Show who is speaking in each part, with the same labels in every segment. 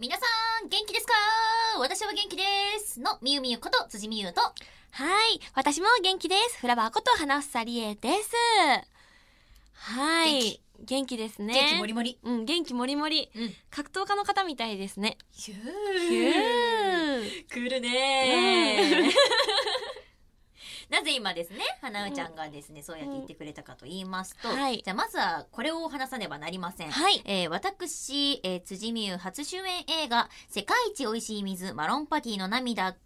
Speaker 1: 元気ですか私は元気ですのみゆみゆこと辻みゆと
Speaker 2: はい。私も元気です。フラワーこと花房理恵です。はい。
Speaker 1: 元
Speaker 2: 元気ですね。
Speaker 1: 元気もりもり。
Speaker 2: うん、元気もりもり。
Speaker 1: うん。
Speaker 2: 格闘家の方みたいですね。
Speaker 1: ヒュ
Speaker 2: ヒュー
Speaker 1: ー。来るねー。なぜ今ですね、花うちゃんがですね、そうやって言ってくれたかと言いますと、
Speaker 2: うんはい
Speaker 1: じゃあまずはこれを話さねばなりません。
Speaker 2: はい。
Speaker 1: えー私、えー辻美優初主演映画、世界一美味しい水、マロンパティの涙が、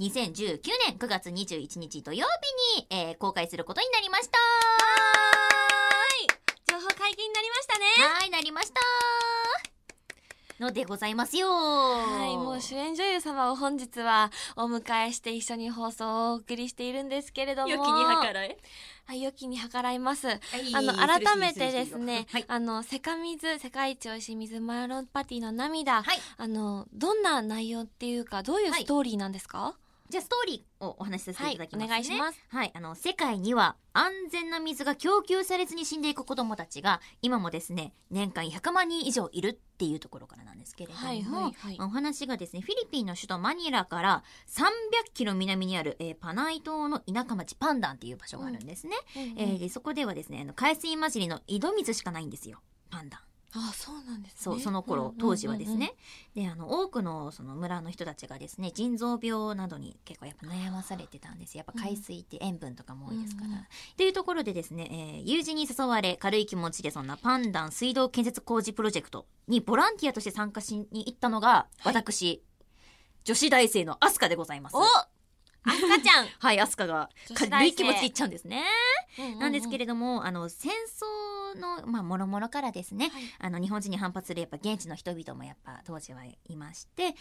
Speaker 1: 2019年9月21日土曜日に、えー公開することになりました
Speaker 2: 情報解禁になりましたね。
Speaker 1: はい、なりましたのでございますよ
Speaker 2: はい、もう主演女優様を本日はお迎えして一緒に放送をお送りしているんですけれども。
Speaker 1: らえ。
Speaker 2: はい、良きに計らいます。
Speaker 1: はい
Speaker 2: あの、改めてですね、
Speaker 1: はい。
Speaker 2: あの、セカミズ、世界一美味しい水マロンパティの涙、
Speaker 1: はい
Speaker 2: あの、どんな内容っていうか、どういう
Speaker 1: はい
Speaker 2: ストーリーなんですか
Speaker 1: じゃあストーリーをお話しさせていただきますね。
Speaker 2: はいお願いします。
Speaker 1: はい、あの、世界には安全な水が供給されずに死んでいく子供たちが、今もですね、年間100万人以上いるっていうところからなんですけれども、
Speaker 2: はいはいはい
Speaker 1: まあお話がですね、フィリピンの首都マニラから300キロ南にある、えーパナイ島の田舎町パンダンっていう場所があるんですね。えーでそこではですね、あの海水混じりの井戸水しかないんですよ、パンダン。
Speaker 2: あ、そうなんですね。
Speaker 1: そう、その
Speaker 2: うん
Speaker 1: 頃、当時はです。
Speaker 2: うんうん
Speaker 1: ね。で、あの、多くの、その村の人たちがですね、腎臓病などに結構やっぱ悩まされてたんです。やっぱ海水って塩分とかも多いですから。
Speaker 2: うんうん
Speaker 1: っていうところでですね、えー友人に誘われ、軽い気持ちでそんなパンダン水道建設工事プロジェクトにボランティアとして参加しに行ったのが、
Speaker 2: はい
Speaker 1: 私、女子大生のアスカでございます。
Speaker 2: おあすかち ゃん
Speaker 1: はい、アスカが
Speaker 2: 女子大生
Speaker 1: 軽い気持ちで行っちゃうんですね。
Speaker 2: ううう
Speaker 1: なんですけれども、あの、戦争の、まあ、もろもろからですね、
Speaker 2: はい
Speaker 1: あの日本人に反発するやっぱ現地の人々もやっぱ当時はいまして、
Speaker 2: うん
Speaker 1: え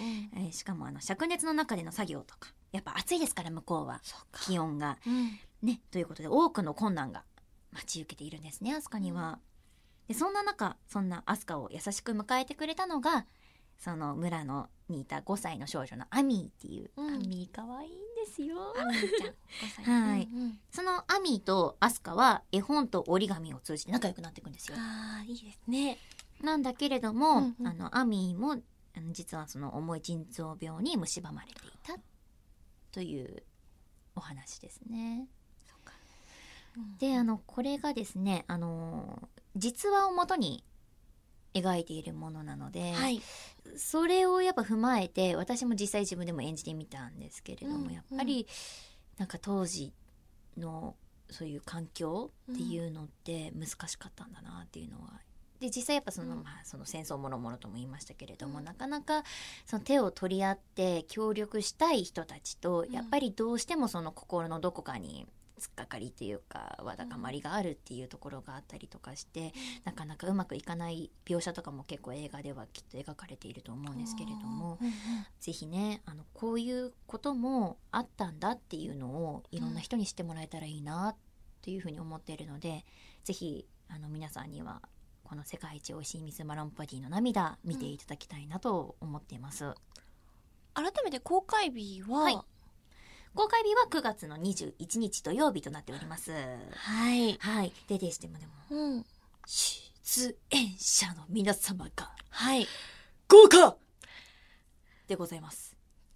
Speaker 1: ーしかもあの灼熱の中での作業とかやっぱ暑いですから向こうは
Speaker 2: そうか。
Speaker 1: 気温が
Speaker 2: うん
Speaker 1: ねということで多くの困難が待ち受けているんですねアスカには。でそんな中そんなアスカを優しく迎えてくれたのがその村のにいた5歳の少女のアミーっていう、
Speaker 2: うん
Speaker 1: アミー可愛いんですよ。
Speaker 2: あみーちゃん、5歳。
Speaker 1: はい
Speaker 2: うんうん。
Speaker 1: そのアミーとアスカは絵本と折り紙を通じて仲良くなっていくんですよ。
Speaker 2: ああ、いいですね。
Speaker 1: なんだけれども、
Speaker 2: うんうん
Speaker 1: あのアミーもあの実はその重い腎臓病に蝕まれていたというお話ですね。であのこれがですねあの実話をもとに描いているものなので、
Speaker 2: はい。
Speaker 1: それをやっぱ踏まえて私も実際自分でも演じてみたんですけれども、
Speaker 2: うん
Speaker 1: やっぱりなんか当時のそういう環境っていうのって難しかったんだなっていうのは。で実際やっぱその,、
Speaker 2: うん
Speaker 1: まあ、その戦争もろもろとも言いましたけれども、
Speaker 2: うん
Speaker 1: なかなかその手を取り合って協力したい人たちと、
Speaker 2: うん
Speaker 1: やっぱりどうしてもその心のどこかに突っかかりというかわだかまりがあるっていうところがあったりとかして、なかなかうまくいかない描写とかも結構映画ではきっと描かれていると思うんですけれども
Speaker 2: うんうん。
Speaker 1: ぜひねあのこういうこともあったんだっていうのをいろんな人に知ってもらえたらいいなというふうに思っているので、ぜひあの皆さんにはこの「世界一おいしい水マロンパティの涙」見ていただきたいなと思っています、
Speaker 2: 改めて公開日
Speaker 1: はい
Speaker 2: は、
Speaker 1: 公開日は9月の21日土曜日となっております
Speaker 2: はい。
Speaker 1: はいででしてもでも
Speaker 2: うん。
Speaker 1: 出演者の皆様が
Speaker 2: はい。
Speaker 1: 豪華でございます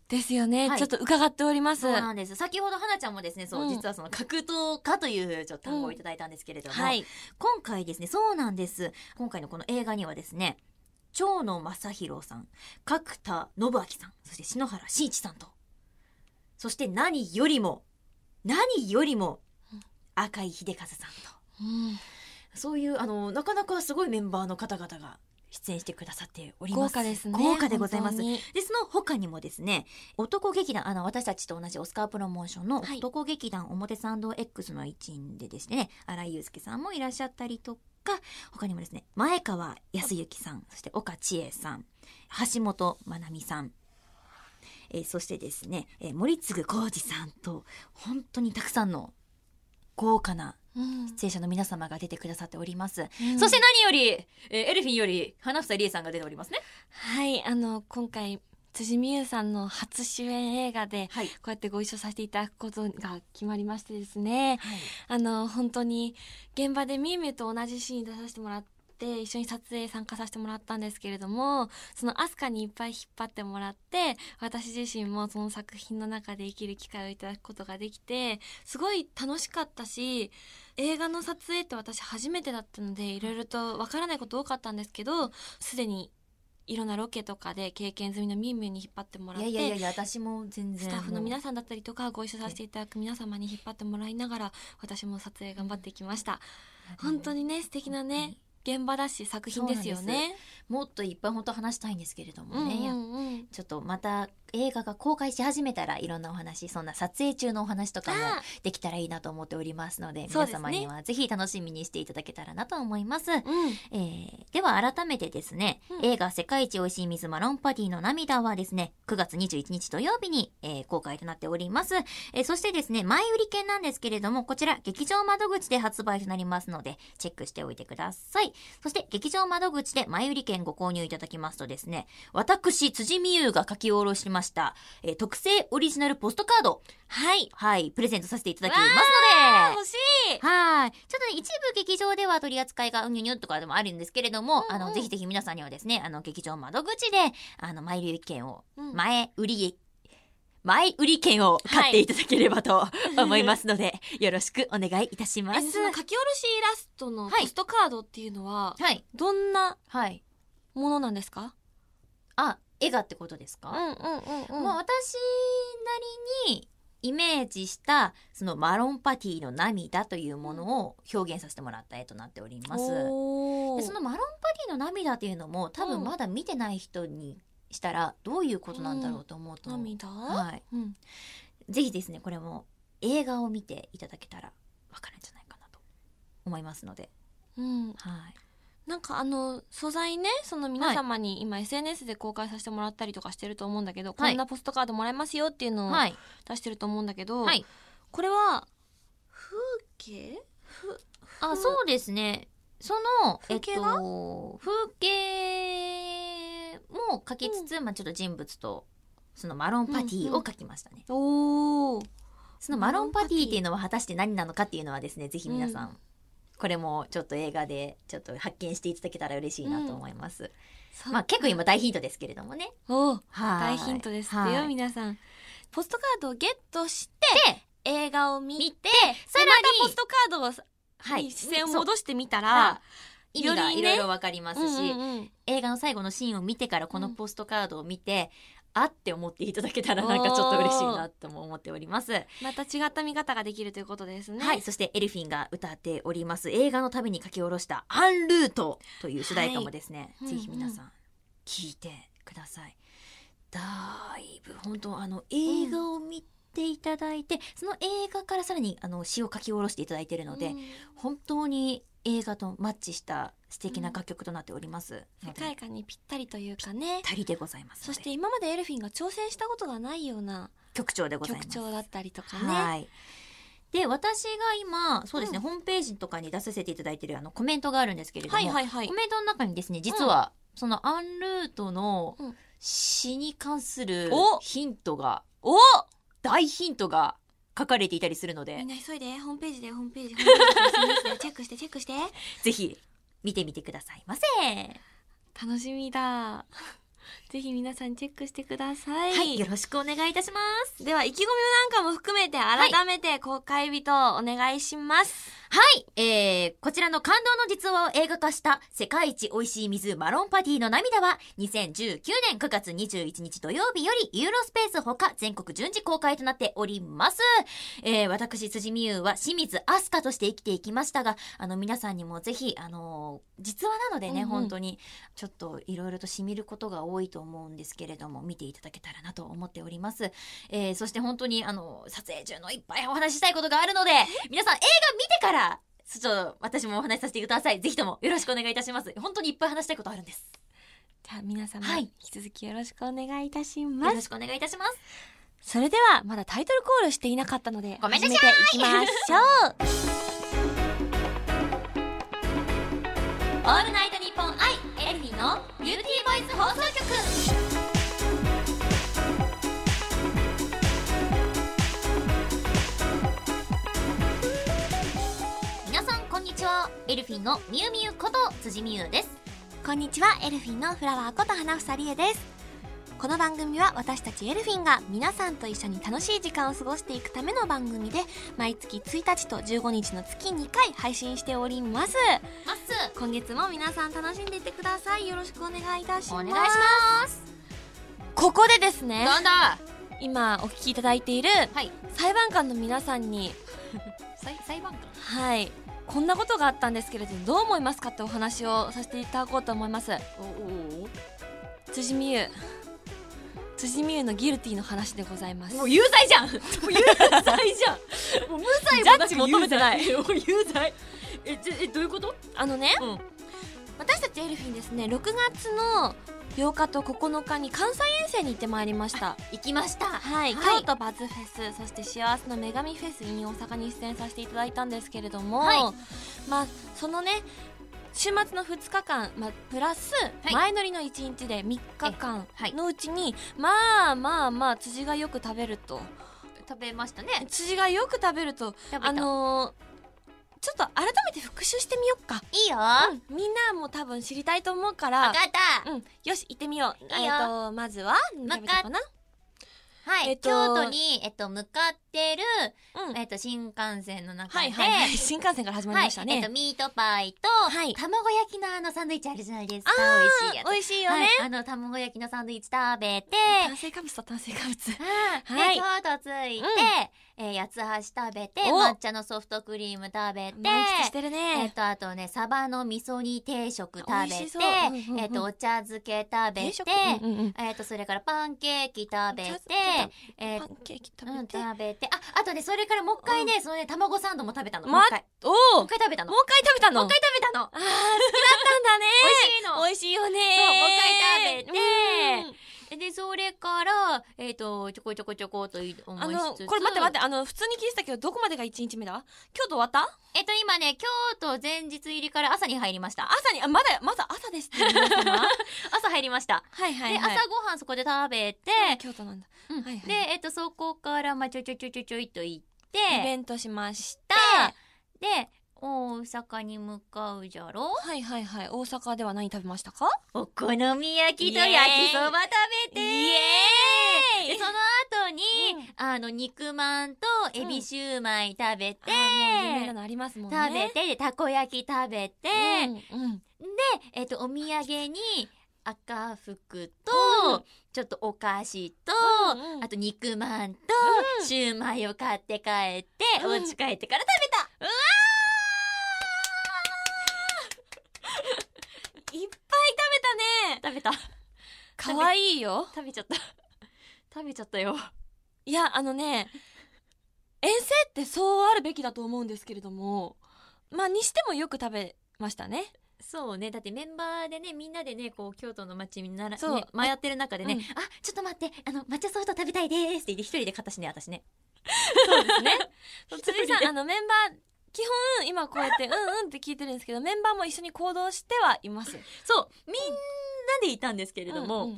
Speaker 2: ですよね
Speaker 1: は。い
Speaker 2: ちょっと伺っております。
Speaker 1: そうなんです。先ほど花ちゃんもですね、そう、
Speaker 2: うん
Speaker 1: 実はその格闘家というちょっと単語をいただいたんですけれども、
Speaker 2: はい。
Speaker 1: 今回ですね、そうなんです。今回のこの映画にはですね、長野正宏さん、角田信明さん、そして篠原慎一さんと、そして何よりも、何よりも
Speaker 2: うん、
Speaker 1: 赤井秀和さんと、
Speaker 2: うん
Speaker 1: そういう、あの、なかなかすごいメンバーの方々が出演してくださっておりま
Speaker 2: 豪
Speaker 1: す。
Speaker 2: 華ですね。
Speaker 1: 豪華でございます
Speaker 2: 本当。に
Speaker 1: で、その他にもですね、男劇団、あの、私たちと同じオスカープロモーションの
Speaker 2: はい
Speaker 1: 男劇団表参道 X の一員でですね、荒井祐介さんもいらっしゃったりとか、他にもですね、前川康之さん、そして岡千恵さん、橋本まなみさん、えーそしてですね、えー森次浩二さんと、本当にたくさんの豪華な
Speaker 2: うん
Speaker 1: 出演者の皆様が出てくださっております。
Speaker 2: うん
Speaker 1: そして何より、えーエルフィンより、花房理恵さんが出ておりますね。
Speaker 2: はい、あの、今回、辻美優さんの初主演映画で、
Speaker 1: はい。
Speaker 2: こうやってご一緒させていただくことが決まりましてですね、あの、本当に、現場でみゆみゆと同じシーンに出させてもらって、って一緒に撮影参加させてもらったんですけれどもそのアスカにいっぱい引っ張ってもらって私自身もその作品の中で生きる機会をいただくことができてすごい楽しかったし映画の撮影って私初めてだったのでいろいろとわからないこと多かったんですけどすでにいろんなロケとかで経験済みのみゆみゆに引っ張ってもらっ
Speaker 1: い
Speaker 2: て
Speaker 1: やいやいやいや私も全然
Speaker 2: スタッフの皆
Speaker 1: さ
Speaker 2: さんだったりとかご一緒させていただく皆様に引っ張ってもらいながら私も撮影頑張ってきました本当にね素敵なね現場だし作品ですよね
Speaker 1: もっといっぱい本当話したいんですけれどもね、
Speaker 2: うん
Speaker 1: やっ
Speaker 2: うんうん
Speaker 1: ちょっとまた映画が公開し始めたらいろんなお話そんな撮影中のお話とかも
Speaker 2: あ
Speaker 1: できたらいいなと思っておりますので
Speaker 2: そ
Speaker 1: 皆
Speaker 2: うですね
Speaker 1: 様にはぜひ楽しみにしていただけたらなと思います。
Speaker 2: ーうん
Speaker 1: えーでは改めてですね、
Speaker 2: うん
Speaker 1: 映画「世界一おいしい水マロンパティの涙」はですね9月21日土曜日に、えー公開となっております、えーそしてですね前売り券なんですけれどもこちら劇場窓口で発売となりますのでチェックしておいてくださいそして劇場窓口で前売り券ご購入いただきますとですね私辻美優が書き下ろしました、えー特製オリジナルポストカード
Speaker 2: はい
Speaker 1: はいプレゼントさせていただきますの
Speaker 2: あ
Speaker 1: で
Speaker 2: 欲しい
Speaker 1: はい。ちょっとね、一部劇場では取り扱いがうにゅにゅとかでもあるんですけれども、
Speaker 2: うんうん
Speaker 1: あの、ぜひぜひ皆さんにはですね、あの、劇場窓口で、あの、前売り券を、
Speaker 2: うん
Speaker 1: 前売り、前売り券を買っていただければと思いますので、よろしくお願いいたしま
Speaker 2: え
Speaker 1: す。
Speaker 2: その書き下ろしイラストの
Speaker 1: はい
Speaker 2: ポストカードっていうのは
Speaker 1: はい。
Speaker 2: どんな
Speaker 1: はい。
Speaker 2: ものなんですか
Speaker 1: あ、絵がってことです
Speaker 2: う
Speaker 1: か、も
Speaker 2: んうん
Speaker 1: う私なりに、イメージした、そのマロンパティの涙というものを表現させてもらった絵となっております。
Speaker 2: おー
Speaker 1: でそのマロンパティの涙っていうのも多
Speaker 2: うん
Speaker 1: 分まだ見てない人にしたらどういうことなんだろうと思うと、
Speaker 2: 涙
Speaker 1: はい、
Speaker 2: うん
Speaker 1: ぜひですねこれも映画を見ていただけたらわかるんじゃないかなと思いますので、
Speaker 2: うん
Speaker 1: はい、
Speaker 2: なんかあの素材ねその皆様に今 SNS で公開させてもらったりとかしてると思うんだけど、
Speaker 1: はい
Speaker 2: こんなポストカードもらえますよっていうのを
Speaker 1: はい、
Speaker 2: 出してると思うんだけど、
Speaker 1: はい
Speaker 2: これは風景
Speaker 1: あそうですねその
Speaker 2: 風景
Speaker 1: えっ
Speaker 2: 画
Speaker 1: と、風景も描きつつ、まあ、ちょっと人物とそのマロンパティを描きましたね、
Speaker 2: おお
Speaker 1: そのマロンパティっていうのは果たして何なのかっていうのはですね、ぜひ皆さん、
Speaker 2: うん
Speaker 1: これもちょっと映画でちょっと発見していただけたら嬉しいなと思います。ま
Speaker 2: ま
Speaker 1: あ結構今大ヒントですけれどもね。
Speaker 2: おー
Speaker 1: はい
Speaker 2: 大ヒントですってよ、
Speaker 1: はい
Speaker 2: 皆さんポストカードをゲットして映画を見て
Speaker 1: 見て、さ
Speaker 2: さら
Speaker 1: らに
Speaker 2: にまたポストカードをさ、
Speaker 1: はい
Speaker 2: に視線を戻してみた
Speaker 1: あ
Speaker 2: ら
Speaker 1: 意味
Speaker 2: よ
Speaker 1: が
Speaker 2: りね
Speaker 1: いろいろわかりますし、
Speaker 2: うんうんうん
Speaker 1: 映画の最後のシーンを見てからこのポストカードを見て、あって思っていただけたらなんかちょっと嬉しいなとも思っております。
Speaker 2: また違った見方ができるということですね
Speaker 1: はい。そしてエルフィンが歌っております映画のために書き下ろしたアンルートという主題歌もですね、
Speaker 2: はい
Speaker 1: ぜひ皆さん聞いてください。だいぶ本当あの映画を見ていただいて、その映画からさらにあの詩を書き下ろしていただいているので、
Speaker 2: うん
Speaker 1: 本当に映画とマッチした素敵な楽曲となっております
Speaker 2: 世
Speaker 1: ので。
Speaker 2: 界観にぴったりというかね
Speaker 1: たりでございます
Speaker 2: そ
Speaker 1: ので。
Speaker 2: して今までエルフィンが挑戦したことがないような
Speaker 1: 曲調でございま
Speaker 2: 曲
Speaker 1: す。
Speaker 2: 調だったりとかね。
Speaker 1: はい。で私が今そうですね、ホームページとかに出させていただいてるあのコメントがあるんですけれども、
Speaker 2: はいはいはい
Speaker 1: コ。メントの中にですね実は、そのアンルートの
Speaker 2: うん
Speaker 1: 詩に関する
Speaker 2: お
Speaker 1: ヒントが
Speaker 2: お
Speaker 1: 大ヒントが書かれていたりするの
Speaker 2: み
Speaker 1: で
Speaker 2: んな急いでホームページでホームページホームページでチェックしてチェックして。
Speaker 1: ぜひ見てみてくださいませ。
Speaker 2: 楽しみ だ。ぜひ皆さんチェックしてください。
Speaker 1: はい、よろしくお願いいたします。
Speaker 2: では意気込みなんかも含めて改めて公開日とお願いします。
Speaker 1: はい、えー、こちらの感動の実話を映画化した世界一美味しい水マロンパティの涙は2019年9月21日土曜日よりユーロスペースほか全国順次公開となっております。えー、私、辻美優は清水アスカとして生きていきましたが、あの皆さんにもぜひ、あのー実話なのでね、
Speaker 2: うんうん
Speaker 1: 本当にちょっといろいろと染みることが多いと思うんですけれども、見ていただけたらなと思っております。えー、そして本当にあの撮影中のいっぱいお話ししたいことがあるので皆さん映画見てからちょっと私もお話しさせてくださいぜひともよろしくお願いいたします本当にいっぱい話したいことあるんです
Speaker 2: じゃあ皆様、
Speaker 1: はい
Speaker 2: 引き続きよろしくお願いいたし
Speaker 1: よ
Speaker 2: ます
Speaker 1: ろ。しくお願いいたします
Speaker 2: それではまだタイトルコールしていなかったので
Speaker 1: ごめんなさい
Speaker 2: 始めていき ましょう
Speaker 1: オールナイトニッポンアイエルフィンのビューティーボイス放送局皆さんこんにちはエエルフィンのみゆみゆこと辻みゆです
Speaker 2: こんにちは、エルフィンのフラワーこと花房理恵です。この番組は私たちエルフィンが皆さんと一緒に楽しい時間を過ごしていくための番組で、毎月1日と15日の月2回配信しております。
Speaker 1: まっす
Speaker 2: 今月も皆さん楽しんでいってください。よろしくお願いいたします。
Speaker 1: お願いし
Speaker 2: ます。ここでですね、
Speaker 1: なんだ
Speaker 2: 今お聞きいただいている
Speaker 1: はい
Speaker 2: 裁判官の皆さんに、
Speaker 1: 裁裁判官
Speaker 2: はい、こんなことがあったんですけれど、どう思いますかってお話をさせていただこうと思います。
Speaker 1: おお
Speaker 2: 辻美優辻美優のギルティの話でございます
Speaker 1: もう有罪じゃんもう有罪じゃんもう無罪もなく
Speaker 2: ジャッジ求めてな
Speaker 1: 有
Speaker 2: い
Speaker 1: 罪もう有罪えじゃえどういうこと
Speaker 2: あのね、
Speaker 1: うん
Speaker 2: 私たちエルフィンですね6月の8日と9日に関西遠征に行ってまいりました
Speaker 1: 行きました
Speaker 2: はい、
Speaker 1: はい
Speaker 2: 京都バズフェスそして幸せの女神フェス in 大阪に出演させていただいたんですけれども、
Speaker 1: はい
Speaker 2: まあそのね週末の2日間、まあ、プラス
Speaker 1: はい
Speaker 2: 前乗りの1日で3日間
Speaker 1: はい
Speaker 2: のうちに、まあまあまあ辻がよく食べると
Speaker 1: 食べましたね
Speaker 2: 辻がよく食べると
Speaker 1: 食べた
Speaker 2: あのーちょっと改めて復習してみよっか、
Speaker 1: いいよわ
Speaker 2: うんみんなも多分知りたいと思うから
Speaker 1: かった
Speaker 2: うん、よし行ってみよう
Speaker 1: いいよ
Speaker 2: えっ、とまずは何食べたかな
Speaker 1: はい、
Speaker 2: えっと
Speaker 1: 京都に、えっと、向かってる、
Speaker 2: うん
Speaker 1: えっと、新幹線の中
Speaker 2: は
Speaker 1: で、
Speaker 2: いはいはい、 新幹線から始まり
Speaker 1: はい
Speaker 2: ました
Speaker 1: え
Speaker 2: ね、
Speaker 1: っと、ミートパイと、
Speaker 2: はい
Speaker 1: 卵焼きのあのサンドイッチあるじゃないですか。美味しいやつ。
Speaker 2: 美味しいよね、
Speaker 1: はい、あの、卵焼きのサンドイッチ食べて、
Speaker 2: 炭水化物と炭水化物
Speaker 1: はい、
Speaker 2: はい
Speaker 1: で、京都着いて、えー八つ橋食べて、
Speaker 2: お
Speaker 1: 抹茶のソフトクリーム食べて、
Speaker 2: 満喫してる
Speaker 1: えっ
Speaker 2: ね、
Speaker 1: と、あとね、サバの味噌煮定食食べ
Speaker 2: 美味
Speaker 1: て
Speaker 2: し、そううんうんうん
Speaker 1: えっと、お茶漬け食べ
Speaker 2: 定
Speaker 1: て
Speaker 2: 食、うんうんうん
Speaker 1: えっと、それからパンケーキ食べ
Speaker 2: お茶
Speaker 1: て
Speaker 2: 漬け食、
Speaker 1: えっ
Speaker 2: パンケーキ食
Speaker 1: うん、
Speaker 2: べ
Speaker 1: 食
Speaker 2: て、
Speaker 1: べて。あ、あとね、それからもう一回ね、そのね、卵サンドも食べたの。もう
Speaker 2: ま
Speaker 1: 一回。も
Speaker 2: お
Speaker 1: う
Speaker 2: お
Speaker 1: 一回食べたの。
Speaker 2: もう一回食べたの
Speaker 1: もう一回食べたの。
Speaker 2: あー好きだったんだね
Speaker 1: 美味しいの。
Speaker 2: 美味しいよね
Speaker 1: そうもう一回食べて
Speaker 2: うん
Speaker 1: で、それから、えっ、と、ちょこちょこちょこっと思いつつ。
Speaker 2: あのこれ待って待ってあの普通に聞いてたけどどこまでが1日目だ京都終わった
Speaker 1: えっ、と、今ね、京都前日入りから朝に入りました。あ
Speaker 2: 朝にあまだまだ朝ですって 言うのかな
Speaker 1: 朝入りました。
Speaker 2: はいは
Speaker 1: で、朝ごはんそこで食べて、
Speaker 2: 京都なんだ
Speaker 1: うん
Speaker 2: はいはい
Speaker 1: で、えっ、と、そこから、まあ、ちょちょちょちょちょいと行って、
Speaker 2: イベントしました
Speaker 1: で、大阪に向かうじゃろ
Speaker 2: はいはいはい大阪では何食べましたか
Speaker 1: お好み焼きと
Speaker 2: イエー
Speaker 1: 焼
Speaker 2: イ
Speaker 1: きそば食べて
Speaker 2: イエーイ
Speaker 1: でその後に、あの肉まんとエビシューマイ食べて、
Speaker 2: あーもう有名なのありますもんね
Speaker 1: 食べてでたこ焼き食べて、
Speaker 2: うんうん
Speaker 1: えっとお土産に赤服と、
Speaker 2: うん
Speaker 1: ちょっとお菓子と、
Speaker 2: うんうん
Speaker 1: あと肉まんと、シューマイを買って帰って、
Speaker 2: う
Speaker 1: お
Speaker 2: ん
Speaker 1: 家帰ってから食べた
Speaker 2: いっぱい食べた
Speaker 1: 食
Speaker 2: ね
Speaker 1: べた
Speaker 2: かわいいよ
Speaker 1: 食べちゃった 食べちゃったよ
Speaker 2: いやあのね遠征ってそうあるべきだと思うんですけれどもまあにしてもよく食べましたね
Speaker 1: そうねだってメンバーでねみんなでねこう京都の街になら、
Speaker 2: そう
Speaker 1: ね、迷ってる中でね、
Speaker 2: うん
Speaker 1: あちょっと待ってあの抹茶ソフト食べたいですって言って一人で買ったしね私ね
Speaker 2: そうですね
Speaker 1: 一人で
Speaker 2: 辻さんあのメンバー基本今こうやってうんうんって聞いてるんですけどメンバーも一緒に行動してはいます
Speaker 1: そうみんなでいたんですけれ
Speaker 2: け
Speaker 1: ども、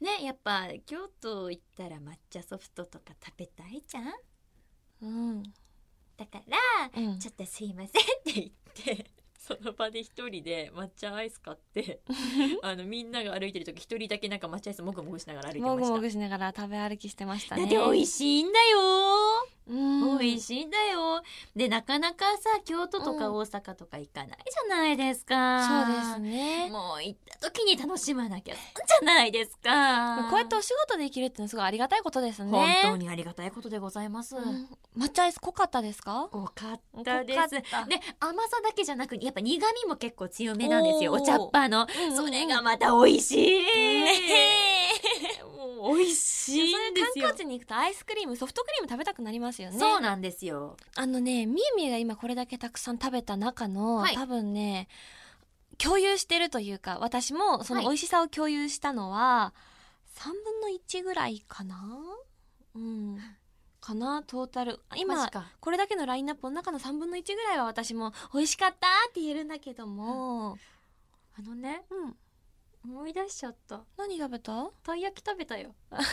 Speaker 1: ねやっぱ京都行ったら抹茶ソフトとか食べたいじゃん
Speaker 2: うんうん
Speaker 1: だから
Speaker 2: うん
Speaker 1: ちょっとすいませんって言って その場で一人で抹茶アイス買って あのみんなが歩いてる時一人だけなんか抹茶アイスもぐもぐしながら歩いてま
Speaker 2: も
Speaker 1: した
Speaker 2: ぐもぐしながら食べ歩きしてました
Speaker 1: だ
Speaker 2: ね
Speaker 1: って美味
Speaker 2: しい、
Speaker 1: しいんだよ
Speaker 2: うん、
Speaker 1: 美味しいんだよでなかなかさ京都とか
Speaker 2: うん
Speaker 1: 大阪とか行かないじゃないですか、
Speaker 2: そうですね
Speaker 1: もう行った時に楽しまなきゃ損じゃないですか
Speaker 2: こうやってお仕事できるってのはすごいありがたいことですね
Speaker 1: 本当にありがたいことでございます、
Speaker 2: うん抹茶アイス濃かったですか
Speaker 1: 濃かったです
Speaker 2: 濃かった
Speaker 1: で甘さだけじゃなくやっぱ苦味も結構強めなんですよお
Speaker 2: おー
Speaker 1: 茶っ葉の、
Speaker 2: うんうんうん
Speaker 1: それがまた美味しい、もう美味
Speaker 2: そ
Speaker 1: し
Speaker 2: れ
Speaker 1: いんです
Speaker 2: 観
Speaker 1: よ
Speaker 2: 光地に行くとアイスクリームソフトクリーム食べたくなりますよね
Speaker 1: そうなんですよ
Speaker 2: あのね、みゆみゆが今これだけたくさん食べた中の、
Speaker 1: はい
Speaker 2: 多分ね、共有してるというか、私もその
Speaker 1: はい
Speaker 2: 美味しさを共有したのは、3分の1ぐらいかなうん。かなトータル。
Speaker 1: マ
Speaker 2: 今
Speaker 1: ジ、か
Speaker 2: これだけのラインナップの中の3分の1ぐらいは私も美味しかったって言えるんだけども、
Speaker 1: あのね
Speaker 2: うん。
Speaker 1: 思い出しちゃった
Speaker 2: 何食べたわ
Speaker 1: たい焼き食べたよ
Speaker 2: ーブ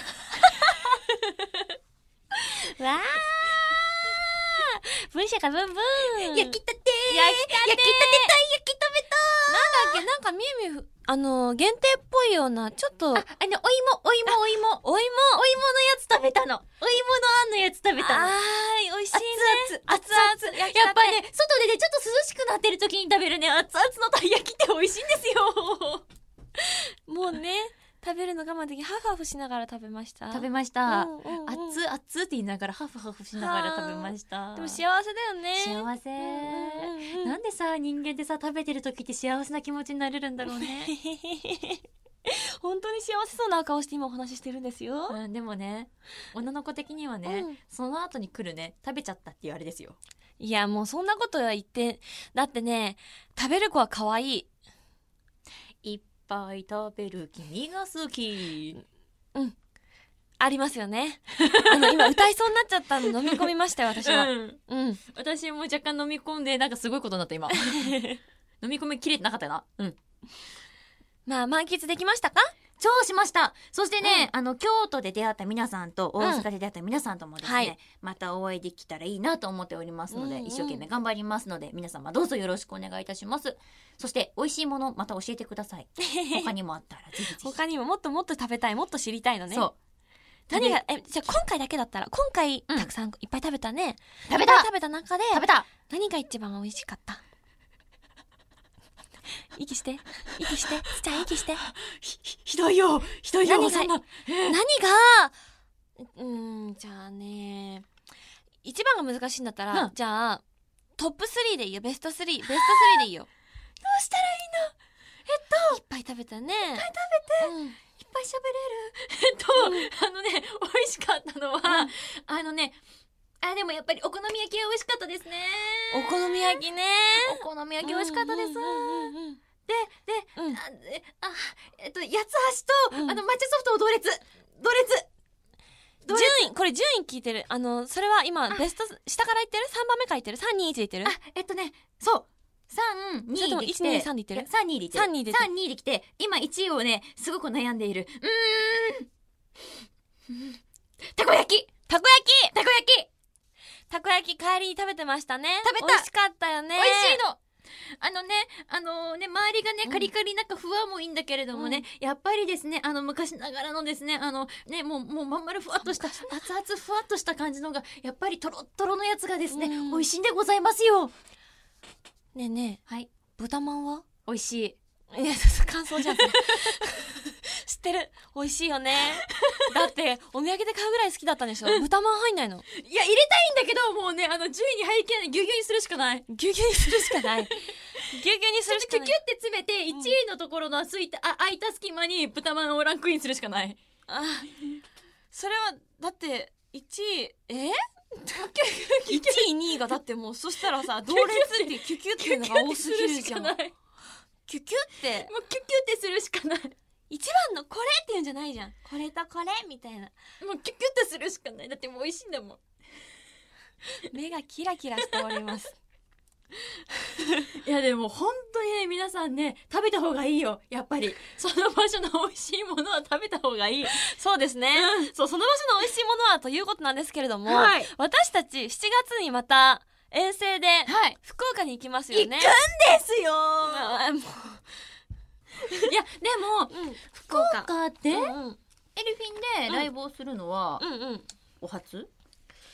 Speaker 2: ンシャカブンブン
Speaker 1: 焼きたて
Speaker 2: たて
Speaker 1: 焼きたてたい焼き食べた
Speaker 2: だっけなんかみゆみゆ、あの、限定っぽいような、ちょっと、お芋のや
Speaker 1: あの、お芋、お芋、お芋。お芋。お芋のやつ食べたの。お芋のあんのやつ食べたの。
Speaker 2: ーい、美味しい
Speaker 1: 熱
Speaker 2: ね。
Speaker 1: 々、熱々。
Speaker 2: 焼きたて
Speaker 1: やっぱりね、外でね、ちょっと涼しくなってる時に食べるね、熱々のたい焼きって美味しいんですよ。
Speaker 2: もうね、食べるの我慢でき、ハフハフしながら食べました。
Speaker 1: 食べ
Speaker 2: まし
Speaker 1: ました。熱
Speaker 2: 熱
Speaker 1: 々って言いながら、ハフハフしながら食べました。
Speaker 2: でも幸せだよね。
Speaker 1: 幸せ。
Speaker 2: うんうんうん
Speaker 1: なんでさ、人間ってさ、食べてる時って幸せな気持ちになれるんだろうね。
Speaker 2: 本当に幸せそうな顔して今お話ししてるんですよ。
Speaker 1: うん、でもね、女の子的にはね、
Speaker 2: うん
Speaker 1: その後に来るね、食べちゃったっていうあれですよ。
Speaker 2: いや、もうそんなことは言って、だってね、食べる子は可愛い。
Speaker 1: いっぱい食べる君が好き。
Speaker 2: あります よね。あの、今歌いそうになっちゃったの飲み込みましたよ、私は。
Speaker 1: うん
Speaker 2: うん。
Speaker 1: 私も若干飲み込んで、なんかすごいことにな った今。飲み込みきれてなかったな。うん。
Speaker 2: まあ、満喫できました か
Speaker 1: 超しましたそしてね、あの、京都で出会った皆さんと、大阪で出会った皆さんともですね、
Speaker 2: うんはい
Speaker 1: またお会いできたらいいなと思っておりますので、
Speaker 2: うんうん
Speaker 1: 一生懸命頑張りますので、皆様どうぞよろしくお願いいたします。そして、美味しいもの、また教えてくださ い。他にもあったら、ぜひぜひ。
Speaker 2: 他にももっともっと食べたい、もっと知りたいのね。
Speaker 1: そう。
Speaker 2: 何が、え、じゃあ今回だけだったら、今回、
Speaker 1: うん
Speaker 2: たくさんいっぱい食べたね。
Speaker 1: 食べた
Speaker 2: いっぱい食べた中で、
Speaker 1: 食べた
Speaker 2: 何が一番美味しかった 息して、息して、ちっちゃん息して。
Speaker 1: ひ、ひどいよひどい
Speaker 2: 何が
Speaker 1: な
Speaker 2: 何が、うーん、じゃあね、一番が難しいんだったら、
Speaker 1: うん
Speaker 2: じゃあ、トップ3でいいよ、ベスト3、ベスト3でいいよ。
Speaker 1: どうしたらいい
Speaker 2: いっぱい食べたね。いっぱい食べて。うん
Speaker 1: いっぱい喋れる。えっと、あのね、美味しかったのは、あのね、あ、でもやっぱりお好み焼きは美味しかったですね。
Speaker 2: お好み焼きね。
Speaker 1: お好み焼き美味しかったです。
Speaker 2: うんうんうんうん
Speaker 1: で、で、
Speaker 2: うん
Speaker 1: あ、えあえっと、八つ橋と、
Speaker 2: うん
Speaker 1: あの、抹茶ソフトを同列同列どうで
Speaker 2: 順位、これ順位聞いてる。あの、それは今
Speaker 1: あ、
Speaker 2: ベスト、下からいってる ?3 番目からいってる ?3、2、1でいってる
Speaker 1: あ、えっとね、そう三
Speaker 2: それと
Speaker 1: 2
Speaker 2: も
Speaker 1: で来て。
Speaker 2: 1、2、3でいって
Speaker 1: いや
Speaker 2: る
Speaker 1: 3、2で来てる。
Speaker 2: 3でいってる
Speaker 1: 3、2で来て、今1位をね、すごく悩んでいる。うーん。たこ焼き
Speaker 2: たこ焼き
Speaker 1: たこ焼き
Speaker 2: たこ焼き帰りに食べてましたね。
Speaker 1: 食べた
Speaker 2: 美味しかったよね。
Speaker 1: 美味しいのあのね、あのね、周りがね
Speaker 2: う、ん
Speaker 1: カリカリ、なんかふわもいいんだけれどもね、やっぱりですね、あの、昔ながらのですね、あの、ね、もう、もうまん丸ふわっとした、熱々ふわっとした感じのが、やっぱりとろっとろのやつがですね、
Speaker 2: うん
Speaker 1: 美味しいんでございますよ
Speaker 2: ねえねえ、
Speaker 1: はい、
Speaker 2: 豚まんは
Speaker 1: 美味しい。
Speaker 2: いや、そう感想じゃん。それ 知ってる。美味しいよね。だって、お土産で買うぐらい好きだったんでしょ豚まん入んないの。
Speaker 1: いや、入れたいんだけど、もうね、あの、10位に入りきらない、ぎゅうぎゅうにするしかない。
Speaker 2: ぎゅうぎゅうにするしか ない。ぎゅうぎゅうにするし
Speaker 1: キ
Speaker 2: か
Speaker 1: ュキ
Speaker 2: な
Speaker 1: ュっ
Speaker 2: い。
Speaker 1: て詰めて、1位のところの空いた、あ、空いた隙間に豚まんをランクインするしかない。
Speaker 2: あ、それは、だって、1位、 え ?1 位、2位がだってもう、そしたらさ、同列ってキュキュっていうのが多すぎるじゃん。
Speaker 1: キュキュってするしかない。
Speaker 2: キュキュって、
Speaker 1: もうキュキュってするしかない。
Speaker 2: 一番のこれっていうんじゃないじゃん。これとこれみたいな。
Speaker 1: もうキュキュってするしかない。だってもう美味しいんだもん。
Speaker 2: 目がキラキラしております。
Speaker 1: いやでも本当にね、皆さんね、食べた方がいいよ。やっぱ り。その場所の美味しいものは食べた方がいい。
Speaker 2: そうですね。そう、その場所の美味しいものはということなんですけれども、
Speaker 1: はい
Speaker 2: 私たち7月にまた遠征で
Speaker 1: はい。
Speaker 2: 福岡に行きますよね。
Speaker 1: ですよ
Speaker 2: あも
Speaker 1: いや、でも、
Speaker 2: う、うん、
Speaker 1: 福岡で、エル
Speaker 2: う
Speaker 1: フ
Speaker 2: んうん
Speaker 1: ィンでライブをするのは、
Speaker 2: うんうん。
Speaker 1: お初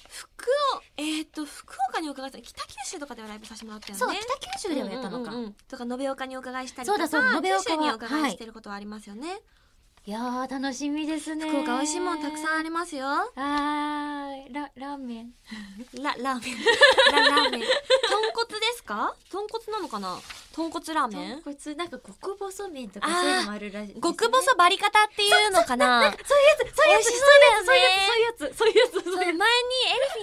Speaker 2: 福岡、えっ、と、福岡にお伺いした、北九州とかではライブさせてもらったよね。
Speaker 1: そう、北九州ではやったのか。
Speaker 2: うんうんうんとか、延岡にお伺いしたりと
Speaker 1: そう
Speaker 2: か、
Speaker 1: だそうだ延岡は
Speaker 2: 九州にお伺
Speaker 1: はい
Speaker 2: いしてることはありますよね。
Speaker 1: いやー、楽しみですね。
Speaker 2: 福岡美味しいもんたくさんありますよ。
Speaker 1: あー、ラ、ラーメン。
Speaker 2: ラ、ラーメン。ラ、ラ ーメン。豚骨ですか豚骨なのかな豚骨ラーメン
Speaker 1: こいつなんか極細麺と
Speaker 2: あ
Speaker 1: か
Speaker 2: ー
Speaker 1: そういうのもあるらしい、
Speaker 2: 極細バリ方っていうのかな
Speaker 1: そういうやつ、そういうやつ、
Speaker 2: 美味し
Speaker 1: そういうやつ、そういうやつ、そういうやつ、そういうやつ、そうい
Speaker 2: 前
Speaker 1: うや
Speaker 2: にエル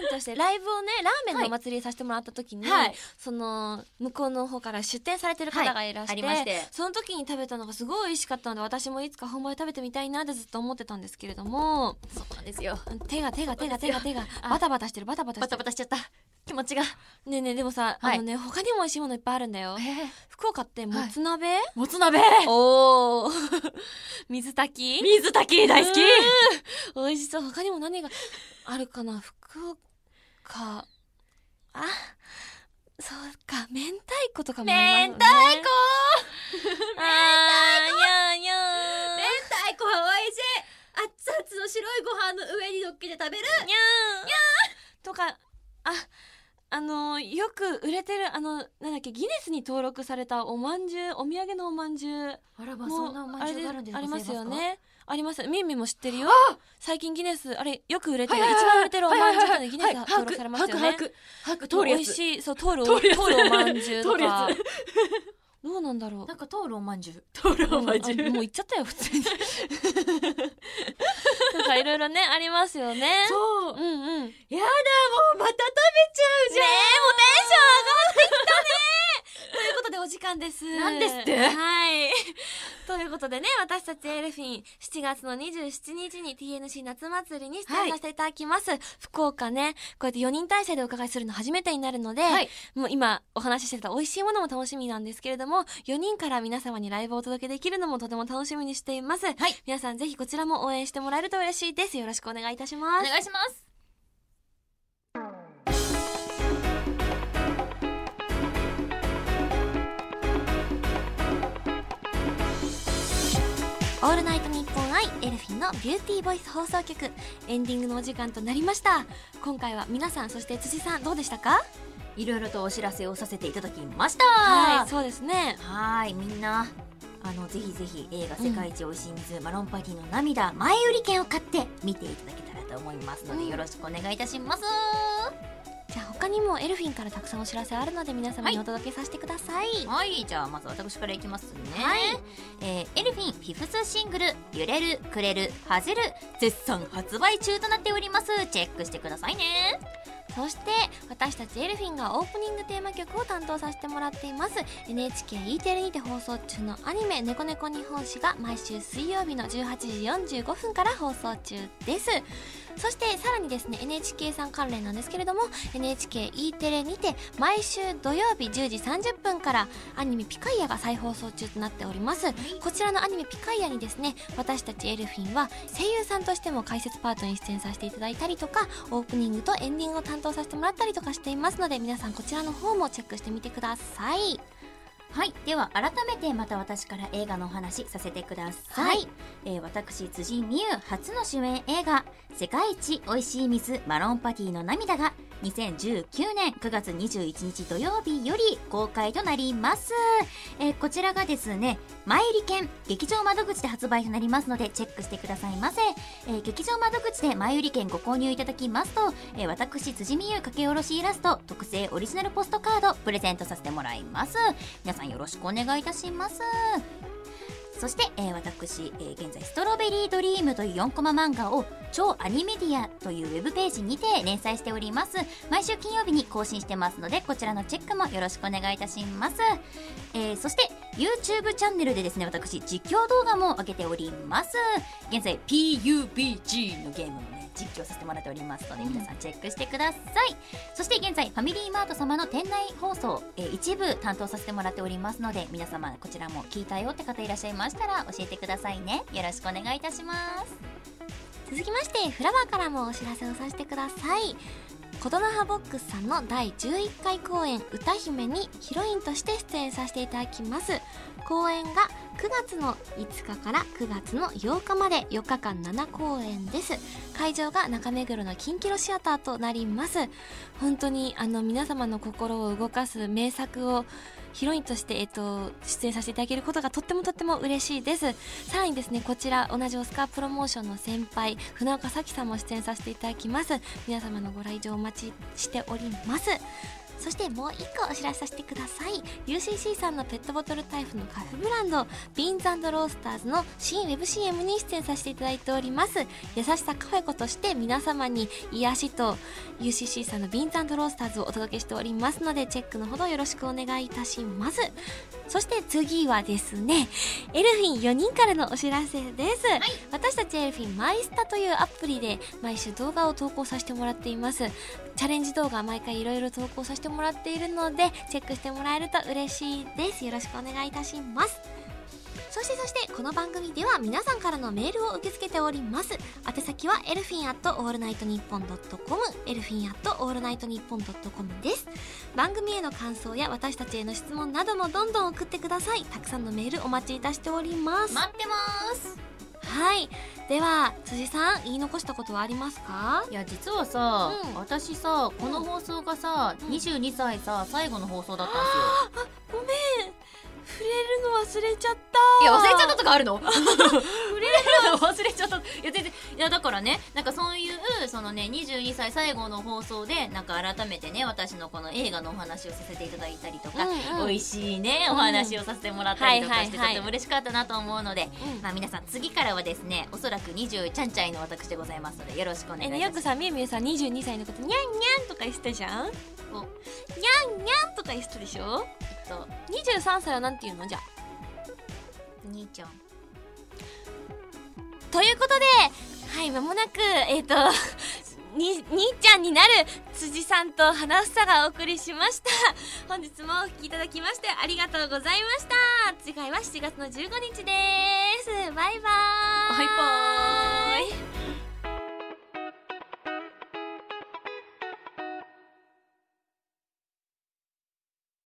Speaker 2: フィンとしてライブをねラーメンのお祭りさせてもらった時に、
Speaker 1: はい
Speaker 2: その向こうの方から出店されてる方がいらして,、
Speaker 1: はいありまして
Speaker 2: その時に食べたのがすごい美味しかったので私もいつか本場で食べてみたいなってずっと思ってたんですけれども
Speaker 1: つ。そうなんです よ。
Speaker 2: 手が手が手が手が手が
Speaker 1: あ
Speaker 2: バタバタしてるバタバタ
Speaker 1: バ
Speaker 2: して
Speaker 1: タ
Speaker 2: る
Speaker 1: バタしちゃった。気持ちが。
Speaker 2: ねえねえでもさ、
Speaker 1: はい
Speaker 2: あのね他にも美味しいものいっぱいあるんだよ福岡ってもつ鍋、
Speaker 1: もつ鍋
Speaker 2: おお 水炊き
Speaker 1: 水炊き大好き
Speaker 2: 美味しそう他にも何があるかな福岡あそうか明太子とかもあり
Speaker 3: 明
Speaker 2: ます
Speaker 3: 太子
Speaker 1: 明太子は美味しい
Speaker 2: あーにゃー
Speaker 1: 熱々の白いご飯の上に乗っけて食べる
Speaker 2: にゃーにゃーとかああのーよく売れてるあのなんだっけギネスに登録されたおまんじゅうお土産のおまんじゅう
Speaker 1: あらま
Speaker 2: もありますよねありますみんみんも知ってるよ最近ギネスあれよく売れてる、
Speaker 1: はいはいはい
Speaker 2: 一番売れてるおまんじゅうってねギネス
Speaker 1: はい
Speaker 2: 登録されましたよね、
Speaker 1: 吐く吐く吐く吐く通るや
Speaker 2: 美味
Speaker 1: つ
Speaker 2: しいそう通る
Speaker 1: 通 るやつ
Speaker 2: 通るおまんじゅうと
Speaker 1: 通るや
Speaker 2: かどうなんだろう
Speaker 1: なんか通るおまんじゅう通るおまんじゅう
Speaker 2: あもう行っちゃったよ普通にとかいろいろねありますよね
Speaker 1: そう
Speaker 2: うんうんね
Speaker 1: やだもうまた食べちゃうじゃん
Speaker 2: えもうテンション上がってきたねということでお時間です
Speaker 1: なんですって
Speaker 2: はいということでね私たちエルフィン7月の27日に TNC 夏祭りに出演させていただきます、福岡ねこうやって4人体制でお伺いするの初めてになるので、
Speaker 1: はい
Speaker 2: もう今お話ししてた美味しいものも楽しみなんですけれども4人から皆様にライブをお届けできるのもとても楽しみにしています、
Speaker 1: はい
Speaker 2: 皆さんぜひこちらも応援してもらえると嬉しいですよろしくお願いいたしま
Speaker 1: お
Speaker 2: す
Speaker 1: 願いします
Speaker 3: オールナイトニッポンアイエルフィンのビューティーボイス放送局
Speaker 2: エンディングのお時間となりました今回は皆さんそして辻さんどうでしたか
Speaker 1: いろいろとお知らせをさせていただきました
Speaker 2: はいそうですね
Speaker 1: はいみんなあのぜひぜひ映画「世界一おいしい水、マロンパティの涙」前売り券を買って見ていただけたらと思いますので、
Speaker 2: うん
Speaker 1: よろしくお願いいたします
Speaker 2: じゃあ他にもエルフィンからたくさんお知らせあるので皆様に
Speaker 1: は
Speaker 2: お届けさせてください、
Speaker 1: はいじゃあまず私からいきますね、えーエルフィンフィフスシングル「揺れるくれるはぜる」絶賛発売中となっておりますチェックしてくださいね
Speaker 2: そして私たちエルフィンがオープニングテーマ曲を担当させてもらっています NHKE テレにて放送中のアニメ「ねこねこ日本史」が毎週水曜日の18時45分から放送中ですそしてさらにですね NHK さん関連なんですけれども NHKE テレにて毎週土曜日10時30分からアニメ「ピカイア」が再放送中となっておりますこちらのアニメ「ピカイア」にですね私たちエルフィンは声優さんとしても解説パートに出演させていただいたりとかオープニングとエンディングを担当させてもらったりとかしていますので皆さんこちらの方もチェックしてみてください
Speaker 1: はいでは改めてまた私から映画のお話しさせてください、
Speaker 2: はい
Speaker 1: えー私辻美優初の主演映画「世界一おいしい水マロンパティの涙」が2019年9月21日土曜日より公開となります、えーこちらがですね前売り券劇場窓口で発売となりますのでチェックしてくださいませ、えー劇場窓口で前売り券ご購入いただきますと、えー私辻美優かけおろしイラスト特製オリジナルポストカードプレゼントさせてもらいます皆さんよろしくお願いいたしますそして、えー私、えー現在「ストロベリードリーム」という4コマ漫画を超アニメディアというウェブページにて連載しております毎週金曜日に更新してますのでこちらのチェックもよろしくお願いいたします、えーそして YouTube チャンネルでですね私実況動画も上げております現在 PUBG のゲームをね実況させてもらっておりますので皆さんチェックしてください、そして現在ファミリーマート様の店内放送、えー一部担当させてもらっておりますので皆様こちらも聞いたよって方いらっしゃいましたら教えてくださいねよろしくお願いいたします
Speaker 3: 続きましてフラワーからもお知らせをさせてください琴ノ葉ボックスさんの第11回公演「歌姫」にヒロインとして出演させていただきます公演が9月の5日から9月の8日まで4日間7公演です会場が中目黒の金キロシアターとなります本当にあの皆様の心を動かす名作をヒロインとして、えっと、出演させていただけることがとってもとっても嬉しいですさらにですねこちら同じオスカープロモーションの先輩船岡咲さんも出演させていただきます皆様のご来場お待ちしておりますそしてもう一個お知らせさせてください UCC さんのペットボトルタイプのカフェブランドビーンズロースターズの新ウェブ CM に出演させていただいております優しさカフェ子として皆様に癒しと UCC さんのビーンズロースターズをお届けしておりますのでチェックのほどよろしくお願いいたしますそして次はですねエルフィン4人からのお知らせです、私たちエルフィンマイスタというアプリで毎週動画を投稿させてもらっていますチャレンジ動画毎回いろいろ投稿させてもらっているのでチェックしてもらえると嬉しいですよろしくお願いいたしますそしてそしてこの番組では皆さんからのメールを受け付けております宛先はエルフィンアットオールナイトニッポンドットコムエルフィンアットオールナイトニッポンドットコムです番組への感想や私たちへの質問などもどんどん送ってくださいたくさんのメールお待ちいたしております
Speaker 1: 待ってます
Speaker 3: はいでは辻さん言い残したことはありますか
Speaker 1: いや実はさ、
Speaker 3: うん
Speaker 1: 私さこの放送がさ、
Speaker 3: うん
Speaker 1: 22歳さ最後の放送だったんです
Speaker 3: ごめん触れるの忘れちゃっ
Speaker 1: よ。
Speaker 3: た
Speaker 1: いや忘れちゃったとかあ るの 触れるの忘れちゃったいや全然いやだからねなんかそういうそのね22歳最後の放送でなんか改めてね私のこの映画のお話をさせていただいたりとか、
Speaker 3: うんうん
Speaker 1: 美味しいねお話をさせてもらったりとかして、
Speaker 3: うんはいはいはい
Speaker 1: とても嬉しかったなと思うので、
Speaker 3: うん
Speaker 1: まあ皆さん次からはですねおそらく20ちゃんちゃいの私でございますのでよろしくお願い
Speaker 2: え
Speaker 1: いた
Speaker 2: ね、
Speaker 1: しま
Speaker 2: よ
Speaker 1: す
Speaker 2: くさみゆみゆさん22歳のことにゃんにゃんとか言ってたじゃんに
Speaker 1: お
Speaker 2: ゃんにゃんとか言ってたでしょ
Speaker 1: えっと
Speaker 2: 23歳はなんて言うのじゃあ
Speaker 1: 兄ちゃん
Speaker 2: ということではいまもなくえっ、と に兄ちゃんになる辻さんと花房がお送りしました 本日もお聞きいただきましてありがとうございました次回は7月の15日ですバイバーイ
Speaker 1: バイバーイ